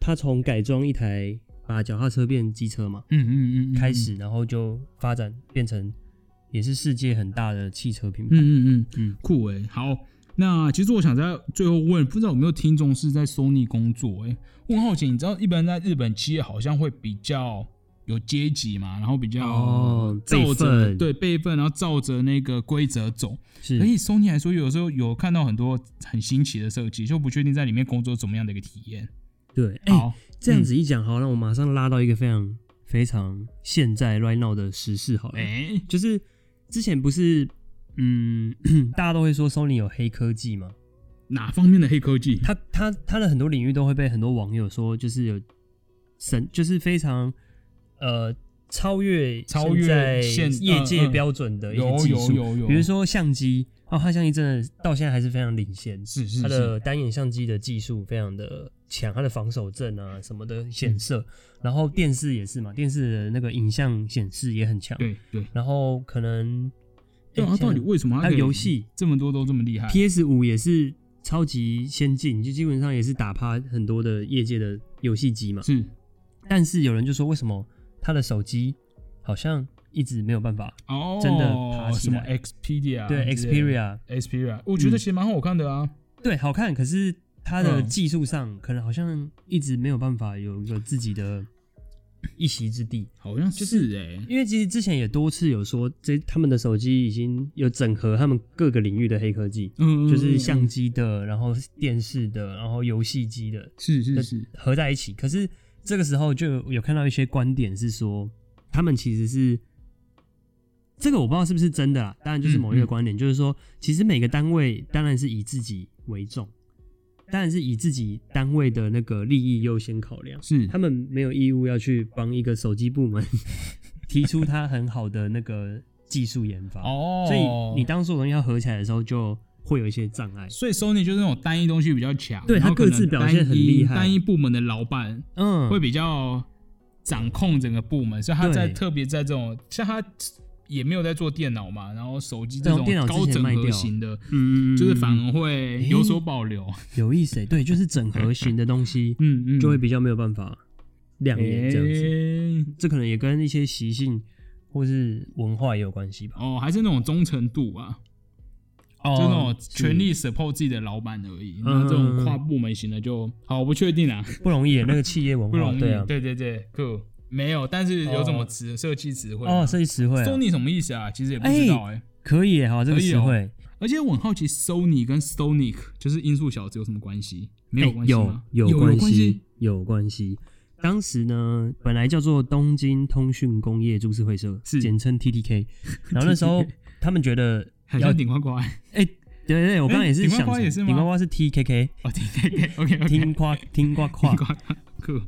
Speaker 1: 他从改装一台把脚踏车变机车嘛，
Speaker 2: 嗯嗯嗯嗯
Speaker 1: 开始，然后就发展变成也是世界很大的汽车品牌。
Speaker 2: 嗯嗯嗯
Speaker 1: 嗯
Speaker 2: 酷哎、好。那其实我想在最后问，不知道有没有听众是在 Sony 工作、欸？哎，我很好奇，你知道一般在日本企业好像会比较有阶级嘛，然后比较
Speaker 1: 哦
Speaker 2: 照
Speaker 1: 辈
Speaker 2: 着
Speaker 1: 分
Speaker 2: 对辈分，然后照着那个规则走。而
Speaker 1: 是
Speaker 2: 且 Sony 来说，有时候有看到很多很新奇的设计，就不确定在里面工作怎么样的一个体验。
Speaker 1: 对，哎、
Speaker 2: 好，嗯
Speaker 1: 这样子一讲，好，那我马上拉到一个非常非常现在 right now 的时事，好了，
Speaker 2: 哎、
Speaker 1: 就是之前不是，嗯， 大家都会说 Sony 有黑科技嘛，
Speaker 2: 哪方面的黑科技？
Speaker 1: 它它它的很多领域都会被很多网友说，就是有神，就是非常呃超越
Speaker 2: 超越
Speaker 1: 在
Speaker 2: 现
Speaker 1: 业界
Speaker 2: 嗯嗯
Speaker 1: 标准的一些
Speaker 2: 有
Speaker 1: 技术，
Speaker 2: 有有有，
Speaker 1: 比如说相机，哦，它相机真的到现在还是非常领先，
Speaker 2: 是是
Speaker 1: 它
Speaker 2: 是，
Speaker 1: 的单眼相机的技术非常的强，它的防守阵啊什么的显色，
Speaker 2: 嗯
Speaker 1: 然后电视也是嘛，电视的那个影像显示也很强，
Speaker 2: 对对。
Speaker 1: 然后可能，
Speaker 2: 对啊，
Speaker 1: 诶
Speaker 2: 到底为什么
Speaker 1: 哎
Speaker 2: 它
Speaker 1: 还有
Speaker 2: 可以
Speaker 1: 游戏
Speaker 2: 这么多都这么厉害？
Speaker 1: PS 五也是超级先进，就基本上也是打趴很多的业界的游戏机嘛，
Speaker 2: 是
Speaker 1: 但是有人就说为什么它的手机好像一直没有办法
Speaker 2: 哦，
Speaker 1: 真的爬起
Speaker 2: 什么
Speaker 1: 来
Speaker 2: Xperia
Speaker 1: 对
Speaker 2: 啊之类的
Speaker 1: Xperia 嗯
Speaker 2: Xperia，我觉得其实蛮好看的啊。
Speaker 1: 对，好看，可是它的
Speaker 2: 嗯
Speaker 1: 技术上可能好像一直没有办法有一个自己的一席之地，
Speaker 2: 好像是哎，
Speaker 1: 因为其实之前也多次有说，这他们的手机已经有整合他们各个领域的黑科技，
Speaker 2: 嗯，
Speaker 1: 就是
Speaker 2: 嗯
Speaker 1: 相
Speaker 2: 嗯
Speaker 1: 机的，然后电视的，然后游戏机的
Speaker 2: 是是是，
Speaker 1: 合在一起。可是这个时候就有看到一些观点是说，他们其实是。这个我不知道是不是真的啦，当然就是某一
Speaker 2: 嗯嗯
Speaker 1: 个观点，就是说，其实每个单位当然是以自己为重，当然是以自己单位的那个利益优先考量，
Speaker 2: 是
Speaker 1: 他们没有义务要去帮一个手机部 门提出它很好的那个技术研发，
Speaker 2: 哦，
Speaker 1: 所以你当所有东西要合起来的时候，就会有一些障碍。
Speaker 2: 所以 Sony 就是那种单一东西比较强，
Speaker 1: 对
Speaker 2: 然
Speaker 1: 它
Speaker 2: 后
Speaker 1: 各
Speaker 2: 可能
Speaker 1: 自表现很
Speaker 2: 单一
Speaker 1: 厉害
Speaker 2: 单一部门的老板
Speaker 1: 嗯，
Speaker 2: 会比较掌控整个部门，所以他在
Speaker 1: 对
Speaker 2: 特别在这种像他也没有在做电脑嘛，然后手机这
Speaker 1: 对
Speaker 2: 种
Speaker 1: 电脑之前
Speaker 2: 高整
Speaker 1: 卖
Speaker 2: 合
Speaker 1: 掉
Speaker 2: 型的，
Speaker 1: 嗯，嗯嗯
Speaker 2: 就是
Speaker 1: 嗯
Speaker 2: 反而会有所保留。
Speaker 1: 有意思欸，对，就是整合型的东西
Speaker 2: 嗯嗯，
Speaker 1: 就会比较没有办法亮眼这样子。
Speaker 2: 诶
Speaker 1: 这可能也跟一些习性或是文化也有关系吧。
Speaker 2: 哦，还是那种忠诚度啊，
Speaker 1: 哦嗯
Speaker 2: 就那种全力 support 自己的老板而已。那这种跨部门型的就好，我不确定啊，
Speaker 1: 不容易耶，那个企业文
Speaker 2: 不容
Speaker 1: 化，
Speaker 2: 易。
Speaker 1: 嗯对啊，哦
Speaker 2: 对对对，cool，没有，但是有什么词设计词汇吗
Speaker 1: 哦，设计词汇啊
Speaker 2: Sony 什么意思啊？其实也不知道哎。
Speaker 1: 可以耶，好，这个
Speaker 2: 可以
Speaker 1: 词
Speaker 2: 哦
Speaker 1: 汇
Speaker 2: 而且我很好奇，Sony 跟 Sonic 就是音速小子有什么关系？没有
Speaker 1: 哎
Speaker 2: 关系
Speaker 1: 有
Speaker 2: 吗？有
Speaker 1: 有关
Speaker 2: 系
Speaker 1: 系，有关系。当时呢，本来叫做东京通讯工业株式会社，
Speaker 2: 是
Speaker 1: 简称 TTK。然后那时候他们觉得
Speaker 2: 还
Speaker 1: 要
Speaker 2: 是顶呱呱？
Speaker 1: 哎、对对，我刚刚也是
Speaker 2: 顶呱
Speaker 1: 想
Speaker 2: 呱
Speaker 1: 成，
Speaker 2: 也是吗
Speaker 1: 顶呱呱是 T K K，
Speaker 2: 哦，听 OK OK，
Speaker 1: 听 呱听呱呱
Speaker 2: 听。呱酷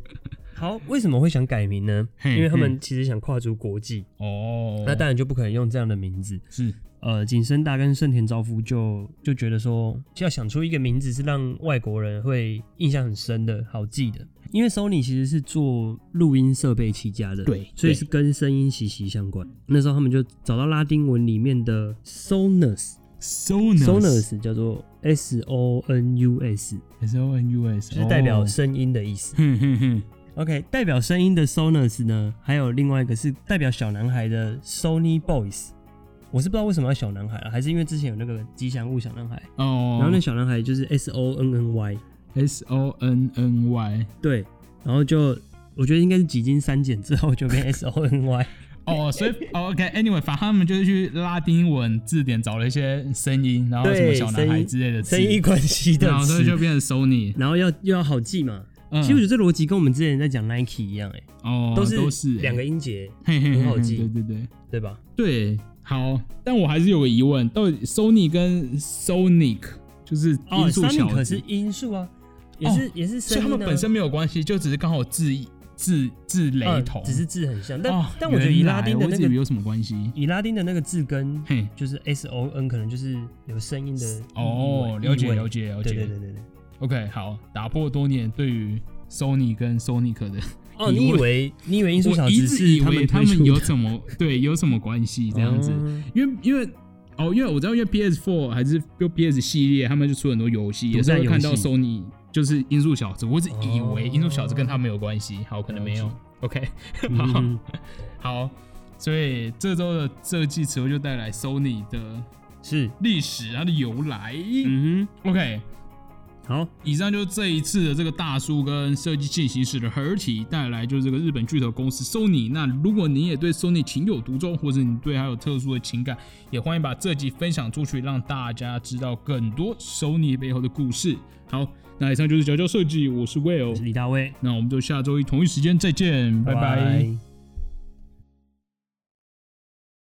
Speaker 1: 好，为什么会想改名呢？
Speaker 2: 嘿嗯
Speaker 1: 因为他们其实想跨足国际，
Speaker 2: 哦，
Speaker 1: 那当然就不可能用这样的名字。
Speaker 2: 是
Speaker 1: 呃，景深大跟盛田昭夫就就觉得说，要想出一个名字是让外国人会印象很深的、好记的。因为 Sony 其实是做录音设备起家的，
Speaker 2: 对
Speaker 1: 所以是跟声音息息相关。那时候他们就找到拉丁文里面的 sonus
Speaker 2: Sonus
Speaker 1: sonus 叫做 S O N U S，
Speaker 2: S O N U S，
Speaker 1: 就是代表
Speaker 2: 哦
Speaker 1: 声音的意思。
Speaker 2: 哼哼哼，
Speaker 1: OK，代表声音的 sonus 呢，还有另外一个是代表小男孩的 Sony Boys。我是不知道为什么要小男孩啊了，还是因为之前有那个吉祥物小男孩，
Speaker 2: 哦，
Speaker 1: 然后那小男孩就是 S O N N Y，
Speaker 2: S O N N Y，
Speaker 1: 对，然后就我觉得应该是几经删减之后就 变 S O N Y，
Speaker 2: 哦，所以 OK，Anyway，反正他们就是去拉丁文字典找了一些声音，然后什么
Speaker 1: 对
Speaker 2: 小男
Speaker 1: 声
Speaker 2: 孩
Speaker 1: 音
Speaker 2: 之类的字
Speaker 1: 生，意关系的
Speaker 2: 然后所以就
Speaker 1: 词，
Speaker 2: 变成 Sony，
Speaker 1: 然后要又要好记嘛。
Speaker 2: 嗯
Speaker 1: 其实我觉得这逻辑跟我们之前在讲 Nike 一样、欸，
Speaker 2: 哦
Speaker 1: 都是
Speaker 2: 都是
Speaker 1: 两个音节，
Speaker 2: 嘿嘿嘿
Speaker 1: 很好记
Speaker 2: 对对对
Speaker 1: 对吧？
Speaker 2: 对，好，但我还是有个疑问，到底 Sony 跟 Sonic 就是
Speaker 1: 哦
Speaker 2: 音速小
Speaker 1: ，Sonic
Speaker 2: 子
Speaker 1: 是，音素啊，也
Speaker 2: 哦
Speaker 1: 是、也是
Speaker 2: 所
Speaker 1: 声
Speaker 2: 以
Speaker 1: 音、啊，
Speaker 2: 他们本身没有关系，就只是刚好字字字雷
Speaker 1: 嗯
Speaker 2: 同，
Speaker 1: 只是字很像，但、
Speaker 2: 哦
Speaker 1: 但我觉得以
Speaker 2: 原来
Speaker 1: 拉丁的
Speaker 2: 我一
Speaker 1: 那
Speaker 2: 直以为
Speaker 1: 个
Speaker 2: 有什么关系？
Speaker 1: 以拉丁的那个字根
Speaker 2: 嘿，
Speaker 1: 就是 S O N，可能就是有声音的
Speaker 2: 哦，
Speaker 1: 意味
Speaker 2: 了解
Speaker 1: 意味
Speaker 2: 了解了解，
Speaker 1: 嗯对对对对对。
Speaker 2: OK，好，打破多年对于 Sony 跟 Sonic 的，
Speaker 1: 哦，你以为你以为音速小
Speaker 2: 我一
Speaker 1: 子
Speaker 2: 直以
Speaker 1: 是
Speaker 2: 为
Speaker 1: 们
Speaker 2: 他
Speaker 1: 推出
Speaker 2: 们
Speaker 1: 的
Speaker 2: 有什么对有什么关系这样子，
Speaker 1: 哦
Speaker 2: 因为因为哦，因为我知道，因为 PS4 还是就 PS 系列，他们就出很多游戏，
Speaker 1: 独
Speaker 2: 有时候
Speaker 1: 占
Speaker 2: 会看到
Speaker 1: 游戏
Speaker 2: Sony 就是音速小子，我只以为
Speaker 1: 哦
Speaker 2: 音速小子跟他们有关系，好，可能没有
Speaker 1: 了。
Speaker 2: OK，好
Speaker 1: 嗯
Speaker 2: 好，所以这周的设计词汇就带来 Sony 的
Speaker 1: 是
Speaker 2: 历史，它的由来。
Speaker 1: 嗯
Speaker 2: OK，
Speaker 1: 哼，好，
Speaker 2: 以上就是这一次的这个大叔跟设计进行时的合体，带来就是这个日本巨头公司 Sony。那如果你也对 Sony 情有独钟，或者你对它有特殊的情感，也欢迎把这集分享出去，让大家知道更多 Sony 背后的故事。好，那以上就是角角设计，我是
Speaker 1: 我是
Speaker 2: Will，
Speaker 1: 李大卫，
Speaker 2: 那我们就下周一同一时间再见，拜拜
Speaker 1: 拜